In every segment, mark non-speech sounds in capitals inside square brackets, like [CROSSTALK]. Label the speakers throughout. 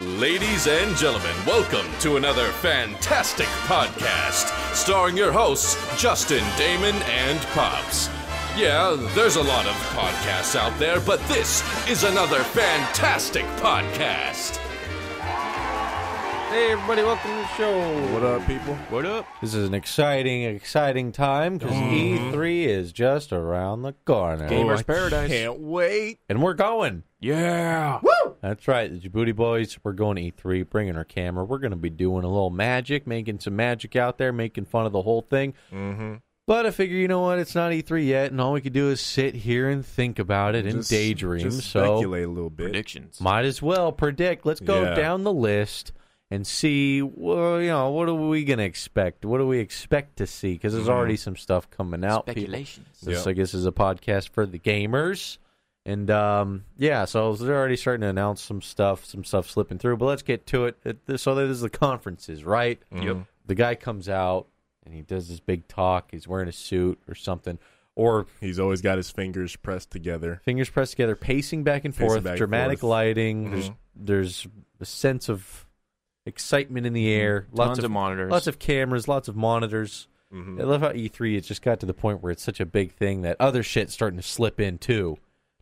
Speaker 1: Ladies and gentlemen, welcome to another fantastic podcast starring your hosts, Justin, Damon, and Pops. Yeah, there's a lot of podcasts out there, but this is another fantastic podcast.
Speaker 2: Hey everybody, welcome to the show.
Speaker 3: What up, people?
Speaker 4: What up?
Speaker 2: This is an exciting, exciting time because E3 is just around the corner,
Speaker 4: Gamers Paradise.
Speaker 3: Can't wait.
Speaker 2: and we're going.
Speaker 4: Yeah.
Speaker 2: That's right, the Djibouti boys. We're going to E3, bringing our camera. We're going to be doing a little magic, making some magic out there, making fun of the whole thing. Mm-hmm. But I figure, you know what? It's not E3 yet, and all we could do is sit here and think about it and
Speaker 3: Just-
Speaker 2: daydream.
Speaker 3: Just
Speaker 2: so
Speaker 3: speculate a little bit.
Speaker 4: Predictions.
Speaker 2: Might as well predict. Let's go
Speaker 3: Yeah.
Speaker 2: down the list and see. Well, you know, what are we gonna expect? What do we expect to see? Because there's already some stuff coming out. people.
Speaker 4: Speculations.
Speaker 2: This,
Speaker 3: Mm-hmm. Yep.
Speaker 2: I guess, is a podcast for the gamers, and um, yeah, so they're already starting to announce some stuff, some stuff slipping through. But let's get to it. It- So this is the conferences, right?
Speaker 3: Mm-hmm.
Speaker 4: Yep.
Speaker 2: The guy comes out and he does this big talk. He's wearing a suit or something, or
Speaker 3: He's always got his fingers pressed together.
Speaker 2: fingers pressed together, pacing back and
Speaker 3: Pacing
Speaker 2: forth,
Speaker 3: back and
Speaker 2: dramatic
Speaker 3: forth.
Speaker 2: lighting.
Speaker 4: Mm-hmm.
Speaker 2: There's there's a sense of excitement in the air. Lots
Speaker 4: Mm-hmm. Tons
Speaker 2: of,
Speaker 4: of monitors.
Speaker 2: lots of cameras, lots of monitors. I love how E3 it just got to the point where it's such a big thing that other shit's starting to slip in too.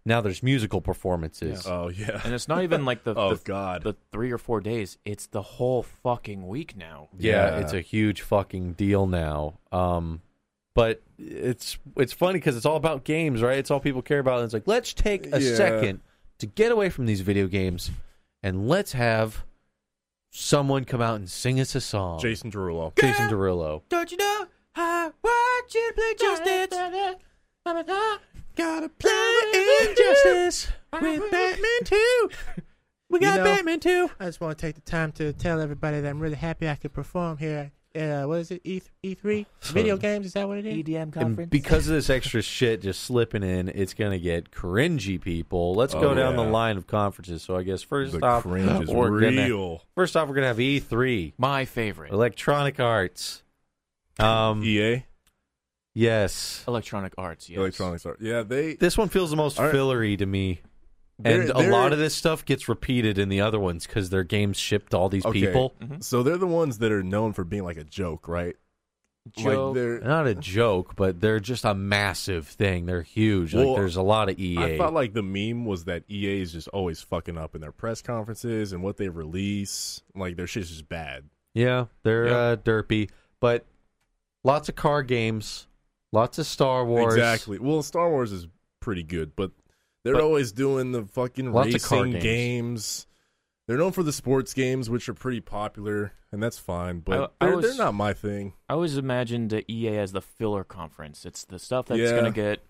Speaker 2: Now there's musical performances.
Speaker 3: Oh yeah.
Speaker 4: And it's not even like the,
Speaker 3: [LAUGHS] Oh,
Speaker 4: the
Speaker 3: God.
Speaker 4: the three or four days. It's the whole fucking week now.
Speaker 2: yeah,
Speaker 3: Yeah.
Speaker 2: it's a huge fucking deal now. Um, but it's it's funny because it's all about games, right? It's all people care about. And it's like let's take a
Speaker 3: Yeah.
Speaker 2: second to get away from these video games and let's have someone come out and sing us a song.
Speaker 3: uh, Jason Derulo.
Speaker 2: Jason Derulo.
Speaker 4: Don't you know? I want you to play Just Dance.
Speaker 3: Gotta
Speaker 2: Injustice with Batman Two. We got
Speaker 5: know-
Speaker 2: Batman Two.
Speaker 5: I just want to take the time to tell everybody that I'm really happy I could perform here. at, Uh, what is it? E E3 video games? Is that what it is?
Speaker 4: EDM
Speaker 2: And because of this extra shit just slipping in, it's gonna get cringy, people. Let's go
Speaker 3: Oh,
Speaker 2: down the
Speaker 3: yeah.
Speaker 2: line of conferences. So I guess first
Speaker 3: The
Speaker 2: off,
Speaker 3: cringe is
Speaker 2: we're gonna-
Speaker 3: real.
Speaker 2: first off, we're gonna have E3,
Speaker 4: My favorite.
Speaker 2: Electronic Arts. Um,
Speaker 3: EA
Speaker 2: yes,
Speaker 4: Electronic Arts. Yes.
Speaker 3: Electronics Art. Yeah, they
Speaker 2: this one feels the most
Speaker 3: All right.
Speaker 2: fillery to me,
Speaker 3: They're-
Speaker 2: and a
Speaker 3: they're-
Speaker 2: lot of this stuff gets repeated in the other ones because their games shipped to all these
Speaker 3: Okay.
Speaker 2: people.
Speaker 4: Mm-hmm.
Speaker 3: so they're the ones that are known for being like a joke, right?
Speaker 4: Joke.
Speaker 3: Like they're
Speaker 2: Not a joke, but they're just a massive thing. They're huge. like
Speaker 3: Well,
Speaker 2: there's E a lot of EA.
Speaker 3: I felt like the meme was that EA is just always fucking up in their press conferences and what they release. Like their shit's just bad.
Speaker 2: Yeah, they're
Speaker 4: Yeah.
Speaker 2: Uh, derpy, but lots of car games, lots of Star Wars,
Speaker 3: Exactly. Well, Star Wars is pretty good, but they're
Speaker 2: But-
Speaker 3: always doing the fucking
Speaker 2: Lots of car
Speaker 3: racing
Speaker 2: games.
Speaker 3: games. They're known for the sports games, which are pretty popular, and that's fine. But
Speaker 4: I- I
Speaker 3: they're,
Speaker 4: was-
Speaker 3: they're not my thing.
Speaker 4: I always imagined the EA as the filler conference. It's the stuff that's
Speaker 3: Yeah.
Speaker 4: going to get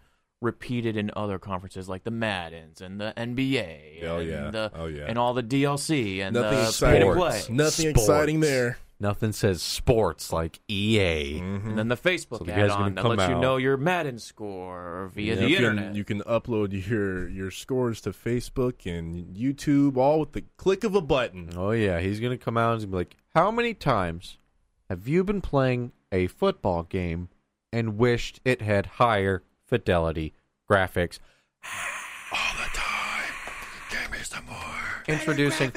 Speaker 4: repeated in other conferences like the Maddens and the NBA
Speaker 3: Oh,
Speaker 4: and
Speaker 3: yeah.
Speaker 4: the
Speaker 3: Oh, yeah.
Speaker 4: and all the DLC and
Speaker 3: Nothing
Speaker 4: the
Speaker 3: exciting.
Speaker 4: free to play
Speaker 2: Sports.
Speaker 3: Nothing
Speaker 2: Sports.
Speaker 3: exciting there.
Speaker 2: Nothing says sports like E EA.
Speaker 3: Mm-hmm.
Speaker 4: and then the
Speaker 2: Mm-hmm. So
Speaker 4: Facebook
Speaker 2: the guy's gonna
Speaker 4: add-on that
Speaker 2: come
Speaker 4: lets you
Speaker 2: out.
Speaker 4: know your Madden score via the
Speaker 3: you,
Speaker 4: internet.
Speaker 3: can, you can upload your your scores to Facebook and YouTube, all with the click of a button.
Speaker 2: Oh yeah, he's gonna come out and he's gonna be like, "How many times have you been playing a football game and wished it had higher fidelity graphics?" All the time. Give me some more. Introducing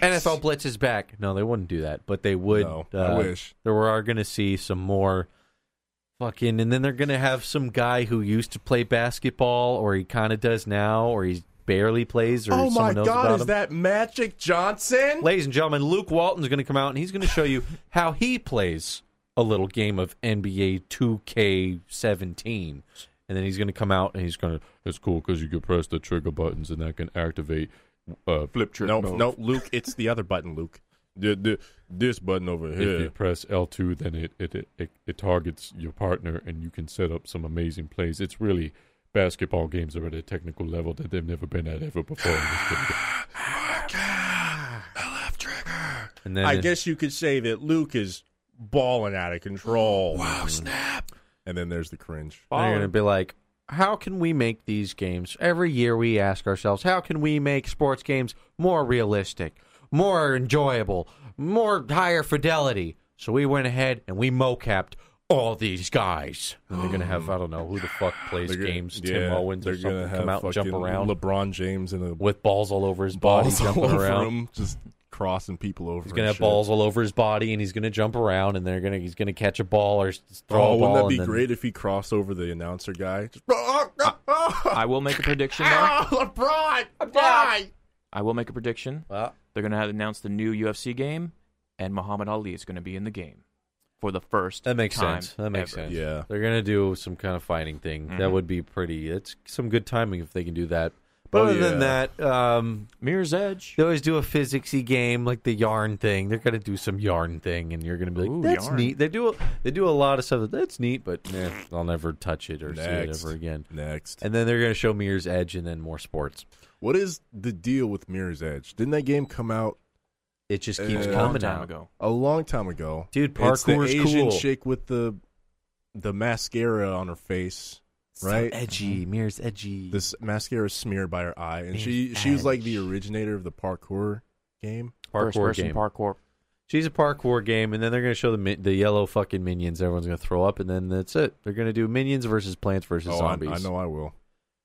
Speaker 2: NFL Blitz is back. No, they wouldn't do that, but they would.
Speaker 3: No, I
Speaker 2: uh,
Speaker 3: wish.
Speaker 2: there were- are gonna see some more. Fucking, and then they're gonna have some guy who used to play basketball, or he kind of does now, or he barely plays, or
Speaker 3: Oh my
Speaker 2: someone knows about
Speaker 3: God! Is
Speaker 2: him.
Speaker 3: that Magic Johnson?
Speaker 2: Ladies and gentlemen, Luke Walton's going to come out and he's going to show you how he plays a little game of NBA 2K17. And then he's going to come out and he's going to,
Speaker 6: It's cool because you can press the trigger buttons and that can activate uh, flip trigger. [LAUGHS]
Speaker 3: Nope, nope, Luke. It's the other button, Luke. The- the- this button over
Speaker 6: If you
Speaker 3: here.
Speaker 6: press L2, then it it, it it it targets your partner and you can set up some amazing plays. It's really basketball games are at a technical level that they've never been at ever [SIGHS] before. in this video.
Speaker 3: Left trigger.
Speaker 2: and then
Speaker 3: I guess you could say that Luke is balling out of control. Wow, snap. And then there's the cringe.
Speaker 2: they're going to be like, how can we make these games? Every year we ask ourselves, how can we make sports games more realistic, more enjoyable, more higher fidelity? So we went ahead and we mocapped all these guys. And they're going to have, I don't know, who the fuck plays
Speaker 3: They're gonna-
Speaker 2: games,
Speaker 3: yeah,
Speaker 2: Tim Owens or
Speaker 3: they're gonna
Speaker 2: something,
Speaker 3: have
Speaker 2: come out and jump
Speaker 3: fucking
Speaker 2: around.
Speaker 3: LeBron James and a
Speaker 2: with balls all over his body
Speaker 3: balls all
Speaker 2: jumping
Speaker 3: over
Speaker 2: around.
Speaker 3: him, just crossing people over.
Speaker 2: He's
Speaker 3: and
Speaker 2: gonna have
Speaker 3: shit.
Speaker 2: balls all over his body, and he's gonna jump around, and they're gonna he's gonna catch a ball or s- throw
Speaker 3: Oh,
Speaker 2: a ball.
Speaker 3: wouldn't that be
Speaker 2: and then-
Speaker 3: great if he crossed over the announcer guy? Just,
Speaker 4: I will make a prediction
Speaker 2: Ah!
Speaker 4: though.
Speaker 3: oh, Ah, LeBron,
Speaker 4: I will make a prediction.
Speaker 2: Well,
Speaker 4: They're gonna have announce the new UFC game, and Muhammad Ali is gonna be in the game for the first.
Speaker 2: that makes
Speaker 4: time
Speaker 2: sense. That makes
Speaker 4: ever.
Speaker 2: sense.
Speaker 3: Yeah.
Speaker 2: they're gonna do some kind of fighting thing. That
Speaker 4: Mhm.
Speaker 2: would be pretty. It's some good timing if they can do that. But
Speaker 3: Oh,
Speaker 2: other than
Speaker 3: yeah.
Speaker 2: that, um,
Speaker 4: Mirror's Edge.
Speaker 2: they always do a physicsy game like the yarn thing. They're gonna do some yarn thing, and you're gonna be like,
Speaker 4: Ooh,
Speaker 2: "That's
Speaker 4: yarn.
Speaker 2: neat." They do a, they do a lot of stuff. that- That's neat, but eh, I'll never touch it or
Speaker 3: Next.
Speaker 2: see it ever again.
Speaker 3: Next,
Speaker 2: And then they're gonna show Mirror's Edge, and then more sports.
Speaker 3: what is the deal with Mirror's Edge? Didn't that game come out
Speaker 2: It just keeps
Speaker 3: Uh,
Speaker 4: a long
Speaker 2: coming
Speaker 4: time
Speaker 2: out.
Speaker 4: ago.
Speaker 3: a long time ago?
Speaker 2: Dude,
Speaker 3: it's the
Speaker 2: parkour's
Speaker 3: Asian
Speaker 2: cool.
Speaker 3: chick with the the mascara on her face, right?
Speaker 2: edgy, Mirror's edgy.
Speaker 3: This mascara is smeared by her eye, and
Speaker 2: Mirror's
Speaker 3: she she was like the
Speaker 2: Edge.
Speaker 3: originator of the parkour game.
Speaker 4: First
Speaker 2: parkour
Speaker 4: person
Speaker 2: game.
Speaker 4: parkour.
Speaker 2: She's a parkour game, and then they're gonna show the mi- the yellow fucking minions. Everyone's gonna throw up, and then that's it. They're gonna do minions versus plants versus
Speaker 3: Oh, I,
Speaker 2: zombies.
Speaker 3: I know I will.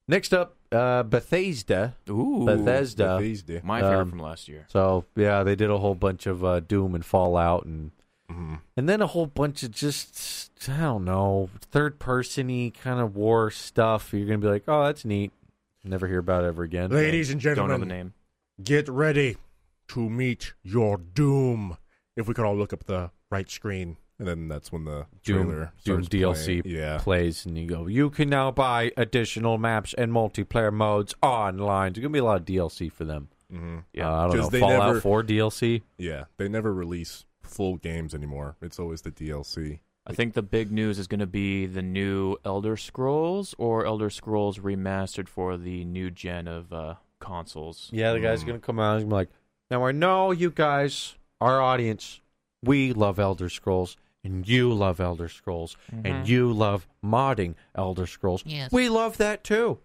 Speaker 2: Next up, uh, Bethesda.
Speaker 4: Ooh,
Speaker 2: Bethesda.
Speaker 3: Bethesda.
Speaker 4: my favorite
Speaker 2: Um,
Speaker 4: from last year.
Speaker 2: So yeah, they did a whole bunch of uh, Doom and Fallout, and
Speaker 3: Mhm.
Speaker 2: and then a whole bunch of just I don't know third persony kind of war stuff. You're gonna be like, oh, that's neat. Never hear about it ever again.
Speaker 3: Ladies and
Speaker 4: Don't know the name.
Speaker 3: get ready to meet your doom. If we could all look up the right screen, and then that's when the
Speaker 2: Doom,
Speaker 3: trailer
Speaker 2: Doom
Speaker 3: starts
Speaker 2: DLC
Speaker 3: playing. Yeah,
Speaker 2: plays, and you go, you can now buy additional maps and multiplayer modes online. There's gonna be a lot of DLC for them.
Speaker 3: Mhm.
Speaker 4: Yeah,
Speaker 2: Uh, I don't
Speaker 3: 'cause
Speaker 2: know.
Speaker 3: they
Speaker 2: Fallout
Speaker 3: never-
Speaker 2: 4 DLC.
Speaker 3: yeah. They never release full games anymore. It's always the DLC.
Speaker 4: I think the big news is going to be the new Elder Scrolls or Elder Scrolls remastered for the new gen of uh, consoles.
Speaker 2: Yeah, the guy's gonna come out and be like, now I know you guys, our audience, we love Elder Scrolls. And you love Elder Scrolls, and you love modding Elder Scrolls. Yes. We love that too.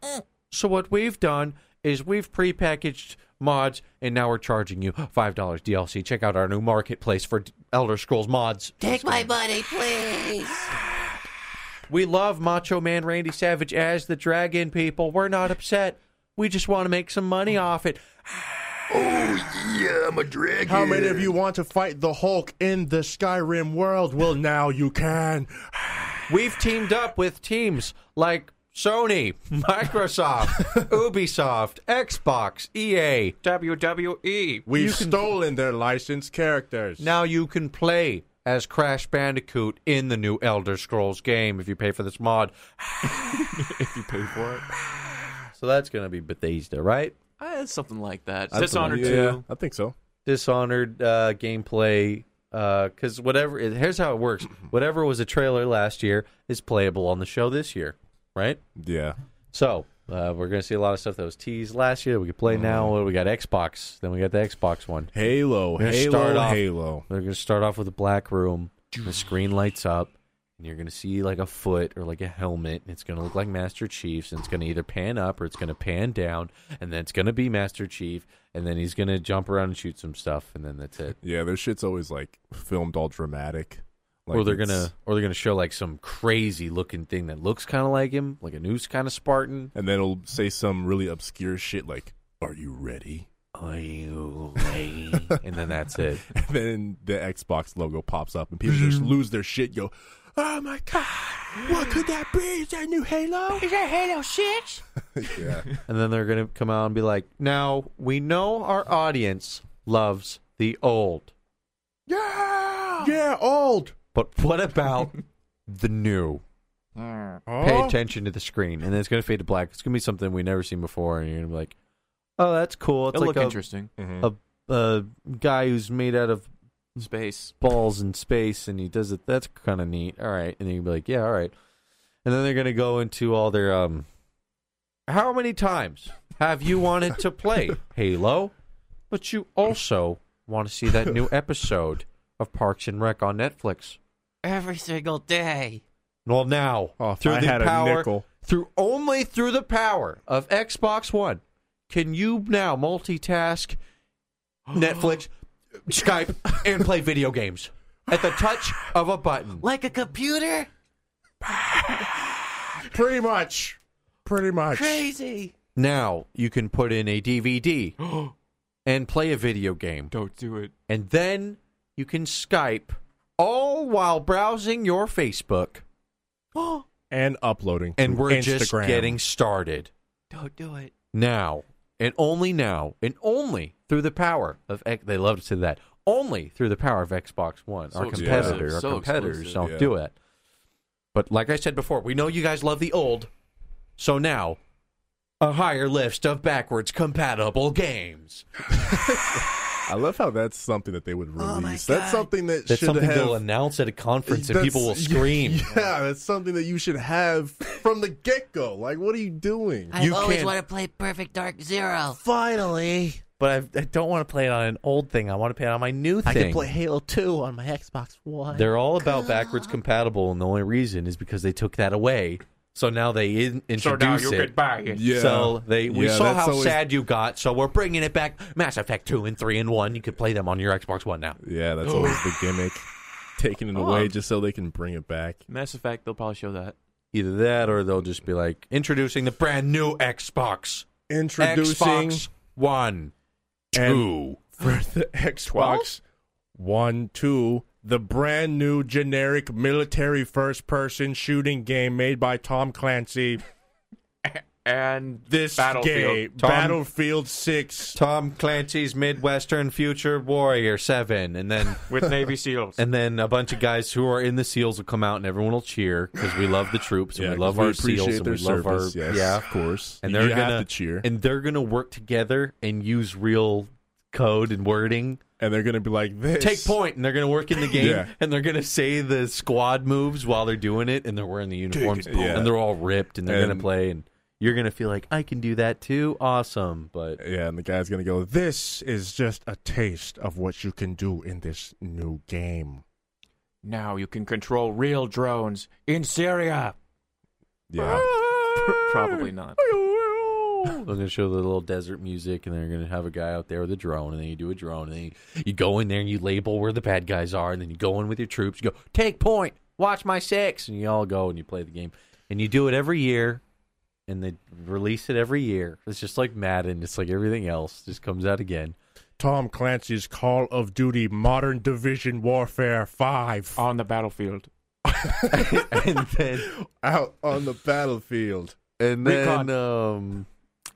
Speaker 2: So what we've done is we've prepackaged mods, and now we're charging you five dollars DLC. Check out our new marketplace for D- Elder Scrolls mods.
Speaker 7: Take my money, please.
Speaker 2: We love Macho Man Randy Savage as the dragon people. We're not upset. We just want to make some money off it.
Speaker 3: How many of you want to fight the Hulk in the Skyrim world? Well, now you can.
Speaker 2: We've teamed up with teams like Sony,
Speaker 4: [LAUGHS]
Speaker 2: Microsoft, Ubisoft, Xbox, E EA.
Speaker 4: WWE.
Speaker 3: We've
Speaker 2: can-
Speaker 3: stolen their licensed characters.
Speaker 2: Now you can play as Crash Bandicoot in the new Elder Scrolls game if you pay for this mod.
Speaker 4: [LAUGHS] If you pay for it,
Speaker 2: So that's going to be Bethesda, right?
Speaker 4: uh, it's something like that.
Speaker 3: I
Speaker 4: Dishonored
Speaker 3: believe-
Speaker 4: two.
Speaker 3: yeah, I think so.
Speaker 2: Dishonored uh, gameplay. Because whatever, here's how
Speaker 4: [CLEARS THROAT]
Speaker 2: it works. Whatever was a trailer last year is playable on the show this year, right?
Speaker 3: Yeah.
Speaker 2: So uh, we're gonna see a lot of stuff that was teased last year. that We can play now. What do We got Xbox. Then we got the Xbox one.
Speaker 3: Halo,
Speaker 2: Let's
Speaker 3: Halo,
Speaker 2: start off-
Speaker 3: Halo.
Speaker 2: They're gonna start off with a black room. The screen lights up, and you're gonna see like a foot or like a helmet. And it's gonna look like Master Chief's, and it's gonna either pan up or it's gonna pan down, and then it's gonna be Master Chief, and then he's gonna jump around and shoot some stuff, and then that's it.
Speaker 3: Yeah, their shit's always like filmed all dramatic. Like
Speaker 2: or they're
Speaker 3: it's-
Speaker 2: gonna or they're gonna show like some crazy looking thing that looks kind of like him, like a noose kind of Spartan.
Speaker 3: and then it'll say some really obscure shit like, "Are you ready?" [LAUGHS]
Speaker 2: Are you ready? [LAUGHS] and then that's it.
Speaker 3: And then the Xbox logo pops up, and people just lose their shit. Go, "Oh my god, what could that be? Is that new Halo?"
Speaker 7: Is that Halo 6?
Speaker 3: [LAUGHS] yeah,
Speaker 2: And then they're going to come out and be like, now we know our audience loves the old,
Speaker 3: yeah, yeah, old.
Speaker 2: but what about
Speaker 4: [LAUGHS]
Speaker 2: the new?
Speaker 3: Oh,
Speaker 4: Oh.
Speaker 2: Pay attention to the screen. And then it's going to fade to black. It's going to be something we've never seen before. And you're going to be like, oh, that's cool. It's
Speaker 4: It'll
Speaker 2: like
Speaker 4: look
Speaker 2: a,
Speaker 4: interesting.
Speaker 3: Mhm.
Speaker 2: a, a guy who's made out of
Speaker 4: Space.
Speaker 2: balls in space and he does it. That's kind of neat. All right. And then you'd be like, yeah, all right. And then they're going to go into all their, um, how many times have you wanted to play Halo? But you also want to see that new episode of Parks and Rec on Netflix.
Speaker 7: Every single day.
Speaker 2: Well, now,
Speaker 3: Oh, if
Speaker 2: through
Speaker 3: I
Speaker 2: the
Speaker 3: had a
Speaker 2: power,
Speaker 3: nickel.
Speaker 2: through only through the power of Xbox One, can you now
Speaker 3: [GASPS]
Speaker 2: multitask Netflix, Skype, and play video games at the touch of a button?
Speaker 7: Like a computer?
Speaker 3: Pretty much, pretty much.
Speaker 7: Crazy.
Speaker 3: [GASPS]
Speaker 2: Now you can put in a DVD and play a video game.
Speaker 4: Don't do it.
Speaker 2: And then you can Skype all while browsing your
Speaker 3: [GASPS]
Speaker 2: Facebook. [GASPS]
Speaker 3: and uploading
Speaker 2: And
Speaker 3: to
Speaker 2: we're
Speaker 3: Instagram.
Speaker 2: just getting started.
Speaker 7: Don't do it.
Speaker 2: now and only now and only through the power of X- they love to say that only through the power of Xbox One.
Speaker 1: So
Speaker 2: our
Speaker 1: exclusive,
Speaker 2: competitor, our
Speaker 1: so
Speaker 2: competitors
Speaker 1: exclusive.
Speaker 2: don't
Speaker 3: Yeah.
Speaker 2: do it. But like I said before, we know you guys love the old, so now a higher list of backwards compatible games.
Speaker 3: I love how that's something that they would release.
Speaker 7: Oh my God.
Speaker 3: That's something that
Speaker 2: That's
Speaker 3: should
Speaker 2: something
Speaker 3: have
Speaker 2: they'll announce at a conference and
Speaker 3: That's-
Speaker 2: people
Speaker 3: [LAUGHS]
Speaker 2: will scream.
Speaker 3: Yeah, that's something that you should have from the get go. Like, what are you doing?
Speaker 7: I
Speaker 2: You
Speaker 7: always
Speaker 2: can't-
Speaker 7: want to play Perfect Dark Zero.
Speaker 5: Finally,
Speaker 2: But I, I don't want to play it on an old thing. I want to play it on my new thing.
Speaker 5: I can play Halo 2 on my Xbox One.
Speaker 2: They're all about backwards compatible, and the only reason is because they took that away. So now they in- introduce it.
Speaker 3: Yeah.
Speaker 2: So they we
Speaker 3: Yeah,
Speaker 2: saw
Speaker 3: that's
Speaker 2: how
Speaker 3: always-
Speaker 2: sad you got. So we're bringing it back. Mass Effect two and three and one. You could play them on your Xbox One now.
Speaker 3: Yeah, that's always
Speaker 7: [SIGHS]
Speaker 3: the gimmick. Taking it
Speaker 4: Oh.
Speaker 3: away just so they can bring it back.
Speaker 4: Mass Effect, they'll probably show that.
Speaker 2: Either that, or they'll just be like introducing the brand new Xbox,
Speaker 3: Introducing
Speaker 2: Xbox One,
Speaker 3: and
Speaker 2: two.
Speaker 3: for the Xbox One, Two, the brand new generic military first person shooting game made by Tom Clancy.
Speaker 4: And
Speaker 3: This game,
Speaker 2: Tom-
Speaker 3: Battlefield Six.
Speaker 2: Tom Clancy's Midwestern Future Warrior Seven, and then
Speaker 4: with Navy SEALs.
Speaker 2: and then a bunch of guys who are in the SEALs will come out, and everyone will cheer because we love the troops and we love
Speaker 3: we
Speaker 2: our
Speaker 3: appreciate
Speaker 2: SEALs and
Speaker 3: their
Speaker 2: we love our
Speaker 3: service. yes,
Speaker 2: yeah.
Speaker 3: of course.
Speaker 2: and
Speaker 3: You
Speaker 2: they're
Speaker 3: have
Speaker 2: gonna
Speaker 3: to cheer, and,
Speaker 2: and they're gonna work together and use real code and wording
Speaker 3: they're gonna be like this.
Speaker 2: take point and they're gonna work in the game
Speaker 3: Yeah.
Speaker 2: and they're gonna say the squad moves while they're doing it and they're wearing the uniforms
Speaker 3: yeah.
Speaker 2: and they're all ripped and they're gonna
Speaker 3: And-
Speaker 2: play and you're gonna feel like i can do that too awesome but
Speaker 3: Yeah, and the guy's gonna go. This is just a taste of what you can do in this new game.
Speaker 4: now you can control real drones in Syria.
Speaker 3: Yeah, Ah. [LAUGHS]
Speaker 4: Probably not.
Speaker 3: oh.
Speaker 2: I'm gonna show the little desert music, and they're gonna have a guy out there with a drone, and then you do a drone, and then you, you go in there and you label where the bad guys are, and then you go in with your troops, you go take point, watch my six, and you all go and you play the game, and you do it every year, and they release it every year. It's just like Madden, it's like everything else, just comes out again. [LAUGHS]
Speaker 3: Tom Clancy's Call of Duty Modern Division Warfare Five
Speaker 4: On the battlefield.
Speaker 2: and then
Speaker 3: out on the battlefield.
Speaker 2: and
Speaker 4: Recon.
Speaker 2: then um,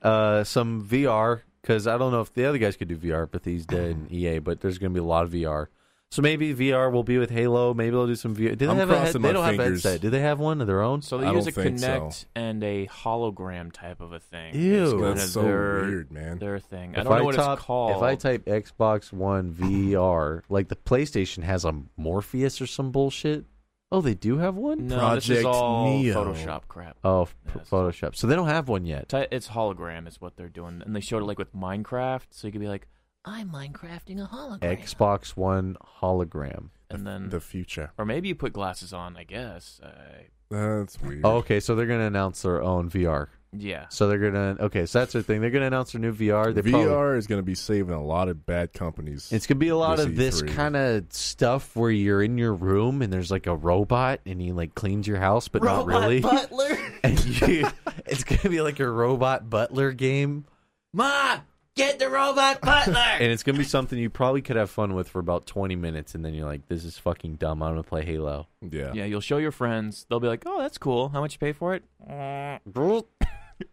Speaker 2: uh, some VR because I don't know if the other guys could do VR, but these did in EA. But there's going to be a lot of VR, so maybe VR will be with Halo. Maybe they'll do some VR. Did they
Speaker 3: I'm
Speaker 2: have a head-
Speaker 3: crossing
Speaker 2: They
Speaker 3: my
Speaker 2: don't have a
Speaker 3: fingers.
Speaker 2: headset. Do they have one of their own?
Speaker 4: So they
Speaker 3: I
Speaker 4: use a
Speaker 3: don't think so.
Speaker 4: Kinect and a hologram type of a thing.
Speaker 2: Ew.
Speaker 4: It's kind
Speaker 3: That's
Speaker 4: of
Speaker 3: so
Speaker 4: their,
Speaker 3: weird, man.
Speaker 4: Their thing. I don't know what
Speaker 2: type,
Speaker 4: it's called.
Speaker 2: If I type Xbox One VR, like the PlayStation has a Morpheus or some bullshit. Oh, they do have one.
Speaker 4: no, this is
Speaker 3: Project
Speaker 4: all
Speaker 3: Neo.
Speaker 4: Photoshop crap.
Speaker 2: Oh, f-
Speaker 4: Yes.
Speaker 2: Photoshop. So they don't have one yet.
Speaker 4: Ty- It's hologram is what they're doing, and they showed it like with Minecraft, so you could be like,
Speaker 7: I'm Minecrafting a hologram.
Speaker 2: Xbox One hologram.
Speaker 4: and then,
Speaker 3: The future.
Speaker 4: or maybe you put glasses on. I guess. Uh, I
Speaker 3: That's weird.
Speaker 2: Okay, so they're gonna announce their own VR.
Speaker 4: yeah.
Speaker 2: So they're gonna okay. So that's their thing. They're gonna announce their new VR. They
Speaker 3: VR
Speaker 2: Probably,
Speaker 3: is going to be saving a lot of bad companies.
Speaker 2: it's gonna be a lot
Speaker 3: This E
Speaker 2: of this
Speaker 3: E3.
Speaker 2: kind of stuff where you're in your room and there's like a robot and he like cleans your house, but
Speaker 7: Robot
Speaker 2: not really.
Speaker 7: Butler.
Speaker 2: [LAUGHS] and you, it's gonna be like a robot butler game,
Speaker 7: Ma, get the robot butler.
Speaker 2: and it's gonna be something you probably could have fun with for about 20 minutes, and then you're like, "This is fucking dumb. I'm gonna play Halo."
Speaker 3: yeah.
Speaker 4: Yeah, you'll show your friends. They'll be like, "Oh, that's cool. How much you pay for it?" [LAUGHS]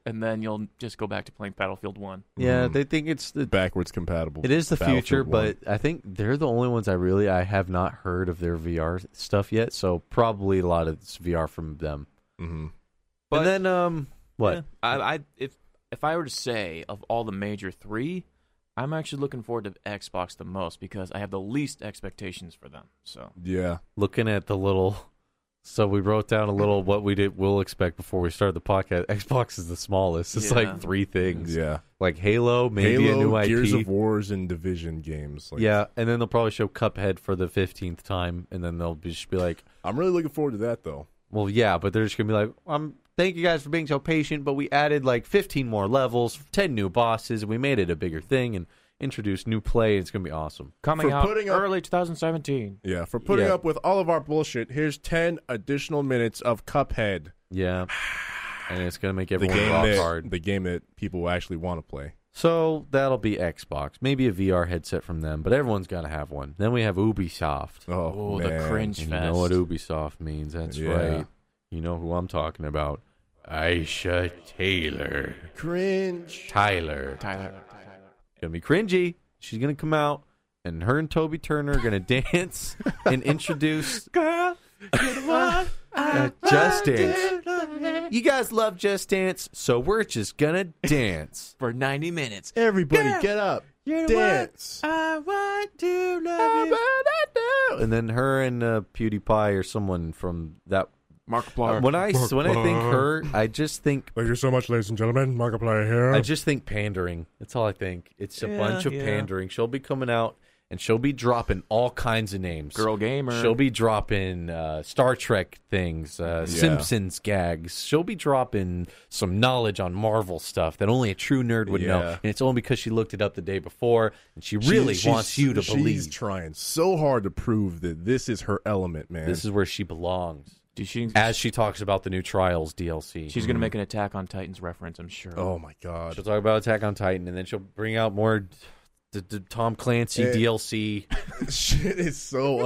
Speaker 4: And then you'll just go back to playing Battlefield One.
Speaker 2: Yeah,
Speaker 3: Mhm.
Speaker 2: they think it's the
Speaker 3: backwards compatible.
Speaker 2: It is the
Speaker 3: Battlefield
Speaker 2: future,
Speaker 3: one.
Speaker 2: but I think they're the only ones I really I have not heard of their VR stuff yet. So probably a lot of it's VR from them.
Speaker 3: Mhm.
Speaker 4: But-
Speaker 2: and then um, what?
Speaker 4: Yeah. I, I if if I were to say of all the major three, I'm actually looking forward to Xbox the most because I have the least expectations for them. So
Speaker 3: yeah,
Speaker 2: Looking at the little. So we wrote down a little what we did will expect before we started the podcast. Xbox is the smallest. It's
Speaker 4: Yeah.
Speaker 2: like three things,
Speaker 3: yeah.
Speaker 2: like Halo, maybe
Speaker 3: Halo,
Speaker 2: a new IP.
Speaker 3: Gears of Wars, and Division games. Like,
Speaker 2: yeah, and then they'll probably show Cuphead for the fifteenth time, and then they'll be, just be like,
Speaker 3: I'm really looking forward to that though.
Speaker 2: Well, yeah, but they're just gonna be like, um, thank you guys for being so patient, but we added like 15 more levels, 10 new bosses, and we made it a bigger thing and introduced new play. And it's gonna be awesome.
Speaker 4: coming
Speaker 3: For
Speaker 4: out
Speaker 3: putting up-
Speaker 4: early 2017.
Speaker 3: Yeah, for putting
Speaker 2: Yeah.
Speaker 3: up with all of our bullshit. Here's ten additional minutes of Cuphead,
Speaker 2: Yeah, and it's gonna make
Speaker 3: the
Speaker 2: everyone
Speaker 3: game
Speaker 2: rock
Speaker 3: that
Speaker 2: hard.
Speaker 3: the game that people actually want to play.
Speaker 2: So that'll be Xbox. Maybe a VR headset from them, but everyone's got to have one. Then we have Ubisoft.
Speaker 4: Oh, the cringe
Speaker 2: You
Speaker 4: fest.
Speaker 2: know what Ubisoft means. That's
Speaker 3: Yeah.
Speaker 2: right. You know who I'm talking about. Aisha Taylor.
Speaker 3: Cringe.
Speaker 2: Tyler.
Speaker 4: Tyler.
Speaker 2: Gonna be cringy. She's gonna come out and her and Toby Turner are gonna [LAUGHS] dance and introduce
Speaker 4: [LAUGHS] Girl,
Speaker 2: uh, Just Dance. You guys love Just Dance, so we're just gonna dance.
Speaker 4: for 90 minutes.
Speaker 3: Everybody, get up. Dance.
Speaker 4: I want to
Speaker 2: And then her and uh, PewDiePie or someone from that. uh,
Speaker 4: Mark Blar.
Speaker 2: when I when I think her, I just think
Speaker 3: Thank you so much, ladies and gentlemen. Markiplier here.
Speaker 6: oh.
Speaker 2: I just think pandering. That's all I think. It's a
Speaker 4: Yeah,
Speaker 2: bunch of
Speaker 4: yeah.
Speaker 2: pandering. She'll be coming out and she'll be dropping all kinds of names.
Speaker 4: Girl gamer.
Speaker 2: She'll be dropping uh, Star Trek things, uh, Simpsons gags. She'll be dropping some knowledge on Marvel stuff that only a true nerd would know,
Speaker 3: Yeah.
Speaker 2: and it's only because she looked it up the day before, and she
Speaker 3: She-
Speaker 2: really
Speaker 3: she's-
Speaker 2: wants you to
Speaker 3: she's
Speaker 2: believe
Speaker 3: trying so hard to prove that this is her element, man.
Speaker 2: this is where she belongs.
Speaker 4: Dude, she-
Speaker 2: As she talks about the new Trials DLC,
Speaker 4: she's going to make an Attack on Titans reference, I'm sure.
Speaker 3: oh my god.
Speaker 2: she'll talk about Attack on Titan, and then she'll bring out more. The, Tom Clancy
Speaker 3: Eh.
Speaker 2: DLC,
Speaker 3: [LAUGHS] shit is so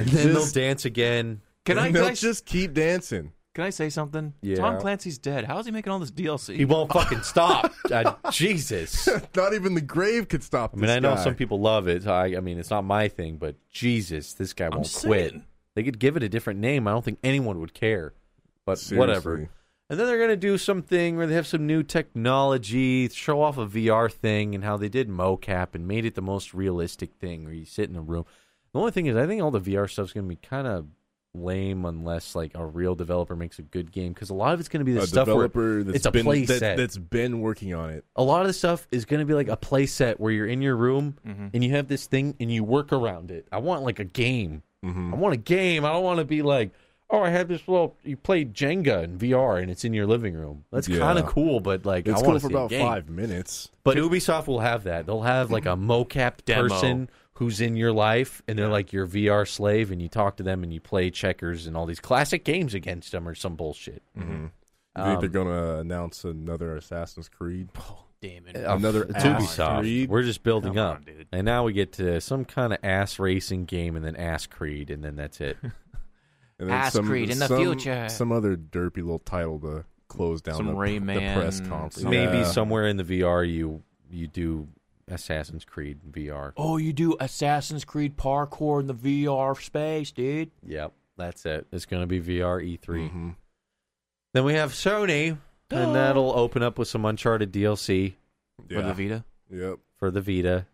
Speaker 2: [LAUGHS] and then
Speaker 3: Just-
Speaker 2: they'll dance again.
Speaker 4: Can I,
Speaker 3: [LAUGHS] and
Speaker 4: can,
Speaker 3: they'll
Speaker 4: I,
Speaker 3: just keep dancing? [LAUGHS]
Speaker 4: can I say something?
Speaker 2: Yeah.
Speaker 4: Tom Clancy's dead. How is he making all this DLC?
Speaker 2: He won't fucking
Speaker 3: [LAUGHS]
Speaker 2: stop. Uh, Jesus.
Speaker 3: Not even the grave could stop.
Speaker 2: I mean,
Speaker 3: this
Speaker 2: I know
Speaker 3: guy.
Speaker 2: some people love it. so I, I mean, it's not my thing, but Jesus, this guy won't
Speaker 4: just
Speaker 2: quit.
Speaker 4: saying.
Speaker 2: They could give it a different name. I don't think anyone would care. But whatever.
Speaker 3: Seriously.
Speaker 2: And then they're gonna do something where they have some new technology, show off a VR thing, and how they did mocap and made it the most realistic thing where you sit in a room. The only thing is, I think all the VR stuff's gonna be kind of lame unless like a real developer makes a good game because a lot of it's gonna be the
Speaker 3: A
Speaker 2: stuff where
Speaker 3: developer that's
Speaker 2: it's a
Speaker 3: been
Speaker 2: play
Speaker 3: that,
Speaker 2: set
Speaker 3: that's been working on it.
Speaker 2: a lot of the stuff is going to be like a play set where you're in your room and you have this thing and you work around it. I want like a game. I want a game. I don't want to be like, oh, I have this little. You play Jenga in VR and it's in your living room. That's
Speaker 3: Yeah.
Speaker 2: kind of cool, but like,
Speaker 3: It's
Speaker 2: I
Speaker 3: cool
Speaker 2: want
Speaker 3: for
Speaker 2: see a
Speaker 3: about
Speaker 2: game.
Speaker 3: five minutes.
Speaker 2: But Ubisoft will have that. They'll have like a mocapped
Speaker 4: Demo.
Speaker 2: person who's in your life and they're like your VR slave and you talk to them and you play checkers and all these classic games against them or some bullshit.
Speaker 3: You
Speaker 2: Um,
Speaker 3: think they're gonna announce another Assassin's Creed?
Speaker 4: oh, damn it.
Speaker 3: [LAUGHS] Another
Speaker 2: It's
Speaker 3: ass
Speaker 2: Ubisoft.
Speaker 3: Creed?
Speaker 2: We're just building
Speaker 4: Come
Speaker 2: up,
Speaker 4: on, dude.
Speaker 2: and now we get to some kind of ass racing game, and then ass Creed, and then that's
Speaker 3: [LAUGHS]
Speaker 2: it.
Speaker 3: And then
Speaker 7: Ass Creed in the future.
Speaker 3: Some other derpy little title to close down
Speaker 4: Some
Speaker 3: the,
Speaker 4: Rayman,
Speaker 3: the press conference.
Speaker 4: some-
Speaker 2: Maybe
Speaker 3: Yeah.
Speaker 2: somewhere in the VR, you you do Assassin's Creed VR.
Speaker 4: Oh, you do Assassin's Creed parkour in the VR space, dude.
Speaker 2: Yep, that's it. It's going to be VR E3.
Speaker 3: Mm-hmm.
Speaker 2: Then we have Sony, and that'll open up with some Uncharted DLC
Speaker 4: For
Speaker 3: Yeah.
Speaker 4: the Vita.
Speaker 3: Yep.
Speaker 2: for the Vita.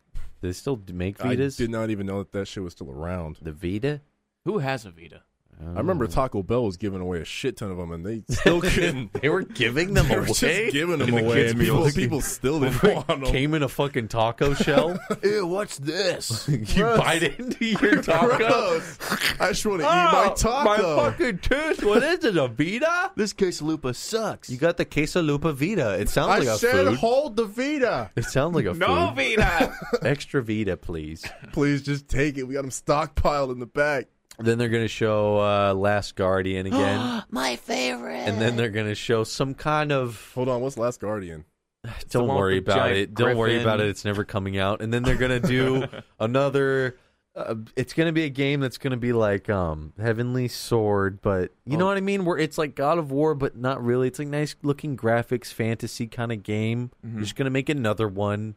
Speaker 2: They still d- make
Speaker 3: I
Speaker 2: Vitas.
Speaker 3: did not even know that that shit was still around.
Speaker 2: The Vita.
Speaker 4: Who has a Vita?
Speaker 2: Oh.
Speaker 3: I remember Taco Bell was giving away a shit ton of them, and they
Speaker 2: [LAUGHS]
Speaker 3: still couldn't.
Speaker 2: they were giving them
Speaker 3: [LAUGHS] they were
Speaker 2: away.
Speaker 3: just giving them
Speaker 6: the
Speaker 3: away.
Speaker 6: kids'
Speaker 3: and people,
Speaker 6: meals.
Speaker 2: [LAUGHS]
Speaker 3: people still didn't want them. [LAUGHS]
Speaker 2: Came in a fucking taco shell.
Speaker 3: Oh. Ew, what's this?
Speaker 2: [LAUGHS] You bite into your taco.
Speaker 3: [LAUGHS]
Speaker 2: Oh,
Speaker 3: Gross. I just want to eat my taco.
Speaker 2: fucking tooth. What is it, a Vita?
Speaker 4: This case Lupa sucks.
Speaker 2: You got the quesalupa Vita. It sounds
Speaker 3: I
Speaker 2: like a
Speaker 3: said,
Speaker 2: food.
Speaker 3: hold the Vita.
Speaker 2: it sounds like a
Speaker 4: no
Speaker 2: food.
Speaker 4: Vita.
Speaker 1: [LAUGHS]
Speaker 2: Extra Vita, please.
Speaker 3: Please just take it. We got them stockpiled in the back.
Speaker 2: then they're gonna show uh, Last Guardian
Speaker 3: [GASPS]
Speaker 2: again,
Speaker 7: My favorite.
Speaker 2: and then they're gonna show some kind of.
Speaker 3: Hold on, what's Last Guardian?
Speaker 2: Don't
Speaker 4: one with
Speaker 2: worry
Speaker 4: the
Speaker 2: about
Speaker 4: giant
Speaker 2: it. Don't worry
Speaker 4: griffin.
Speaker 2: about it. It's never coming out. And then they're
Speaker 4: [LAUGHS]
Speaker 2: gonna do another. Uh, it's gonna be a game that's gonna be like um, Heavenly Sword, but you
Speaker 4: Oh.
Speaker 2: know what I mean. Where it's like God of War, but not really. It's like nice looking graphics, fantasy kind of game.
Speaker 4: Mm-hmm.
Speaker 2: You're just gonna make another one,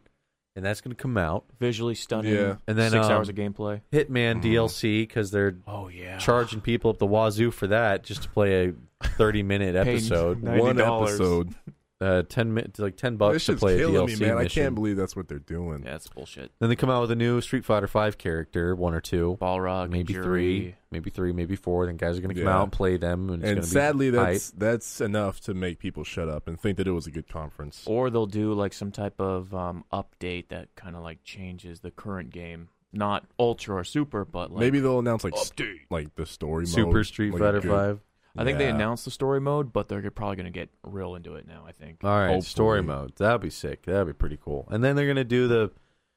Speaker 2: and that's gonna come out.
Speaker 4: Visually stunning.
Speaker 3: Yeah.
Speaker 2: And then,
Speaker 4: six
Speaker 2: um,
Speaker 4: hours of gameplay.
Speaker 2: Hitman DLC because they're
Speaker 4: Oh Mm-hmm. yeah.
Speaker 2: charging people up the wazoo for that just to play a
Speaker 4: [LAUGHS]
Speaker 2: 30 minute
Speaker 4: Paying
Speaker 2: episode.
Speaker 4: $90.
Speaker 3: One episode.
Speaker 2: Uh, 10 minutes, like 10
Speaker 3: this
Speaker 2: bucks to
Speaker 3: shit's
Speaker 2: play a
Speaker 3: killing
Speaker 2: DLC
Speaker 3: me, man. I
Speaker 2: mission.
Speaker 3: can't believe that's what they're doing.
Speaker 4: Yeah, that's bullshit.
Speaker 2: then they come out with a new Street Fighter 5 character, one or two,
Speaker 4: Balrog,
Speaker 2: maybe
Speaker 4: Jury.
Speaker 2: three, maybe three, maybe four. Then guys are going to come
Speaker 3: Yeah.
Speaker 2: out and play them, and, it's
Speaker 3: and
Speaker 2: gonna
Speaker 3: sadly,
Speaker 2: be
Speaker 3: that's that's enough to make people shut up and think that it was a good conference.
Speaker 4: Or they'll do like some type of um, update that kind of like changes the current game, not ultra or super, but like
Speaker 3: Maybe they'll announce like s- like the story
Speaker 2: hype. Super
Speaker 3: mode,
Speaker 2: Street
Speaker 3: like,
Speaker 2: Fighter
Speaker 3: good-
Speaker 2: 5.
Speaker 4: I think they
Speaker 3: Yeah.
Speaker 4: announced the story mode, but they're probably gonna get real into it now. I think.
Speaker 2: All right, story
Speaker 3: Hopefully.
Speaker 2: mode. That'd be sick. That'd be pretty cool. And then they're gonna do the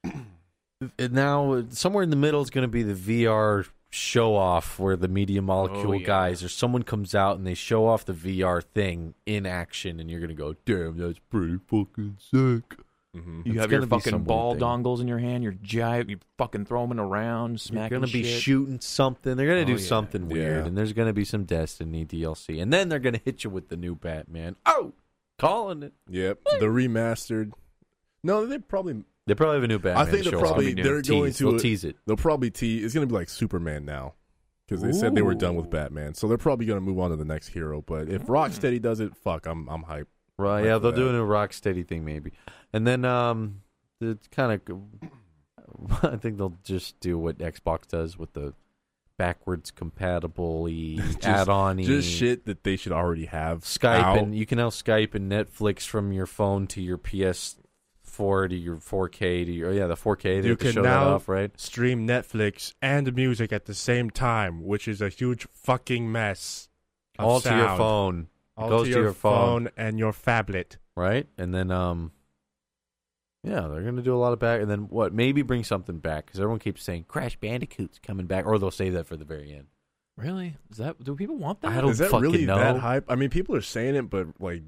Speaker 2: [CLEARS THROAT] and now uh, somewhere in the middle is gonna be the VR show off where the media
Speaker 3: Oh,
Speaker 2: molecule
Speaker 4: yeah.
Speaker 2: guys or someone comes out and they show off the VR thing in action, and you're gonna go, "Damn, that's pretty fucking sick."
Speaker 3: Mhm.
Speaker 4: You
Speaker 2: It's
Speaker 4: have your
Speaker 2: gonna be
Speaker 4: fucking
Speaker 2: some
Speaker 4: ball
Speaker 2: weird thing.
Speaker 4: dongles in your hand. You're jive. You fucking throw them around,
Speaker 2: You're
Speaker 4: smacking
Speaker 2: going to be
Speaker 4: shit.
Speaker 2: shooting something. They're going to
Speaker 4: Oh,
Speaker 2: do
Speaker 4: yeah.
Speaker 2: something weird,
Speaker 3: Yeah.
Speaker 2: and there's going to be some Destiny DLC, and then they're going to hit you with the new Batman. Oh, calling it.
Speaker 3: Yep. The remastered. No, they probably.
Speaker 2: They probably have a new Batman.
Speaker 3: I think
Speaker 2: show
Speaker 3: they're
Speaker 2: up.
Speaker 3: probably
Speaker 4: Something new.
Speaker 3: they're going
Speaker 2: tease.
Speaker 3: to
Speaker 2: They'll tease it.
Speaker 3: They'll probably tee. It's going to be like Superman now because they said they were done with Batman, so they're probably going to move on to the next hero. But if Rocksteady does it, fuck, I'm I'm hyped.
Speaker 2: Right.
Speaker 3: Wait
Speaker 2: Yeah,
Speaker 3: for
Speaker 2: they'll do
Speaker 3: that.
Speaker 2: a new Rocksteady thing maybe, and then um, it's kind of. [LAUGHS] I think they'll just do what Xbox does with the backwards compatible
Speaker 3: Just-
Speaker 2: add-on
Speaker 3: Just shit that they should already have.
Speaker 2: E. Skype
Speaker 3: out.
Speaker 2: and E, you can now Skype and Netflix from your phone to your PS4 to your 4K to your oh, yeah the 4K they
Speaker 3: You
Speaker 2: have to
Speaker 3: can
Speaker 2: show that
Speaker 3: now-
Speaker 2: off right.
Speaker 3: stream Netflix and music at the same time, which is a huge fucking mess. of
Speaker 2: All to your
Speaker 3: sound.
Speaker 2: phone,
Speaker 3: All
Speaker 2: goes
Speaker 3: to
Speaker 2: to
Speaker 3: your,
Speaker 2: your phone.
Speaker 3: phone. and your phablet.
Speaker 2: right? And then um, yeah, they're gonna do a lot of back. And then what? Maybe bring something back because everyone keeps saying Crash Bandicoot's coming back, or they'll save that for the very end.
Speaker 4: Really? Is that? Do people want that?
Speaker 2: I don't
Speaker 3: is that
Speaker 2: fucking
Speaker 3: really
Speaker 2: know.
Speaker 3: that hype? I mean, people are saying it, but like,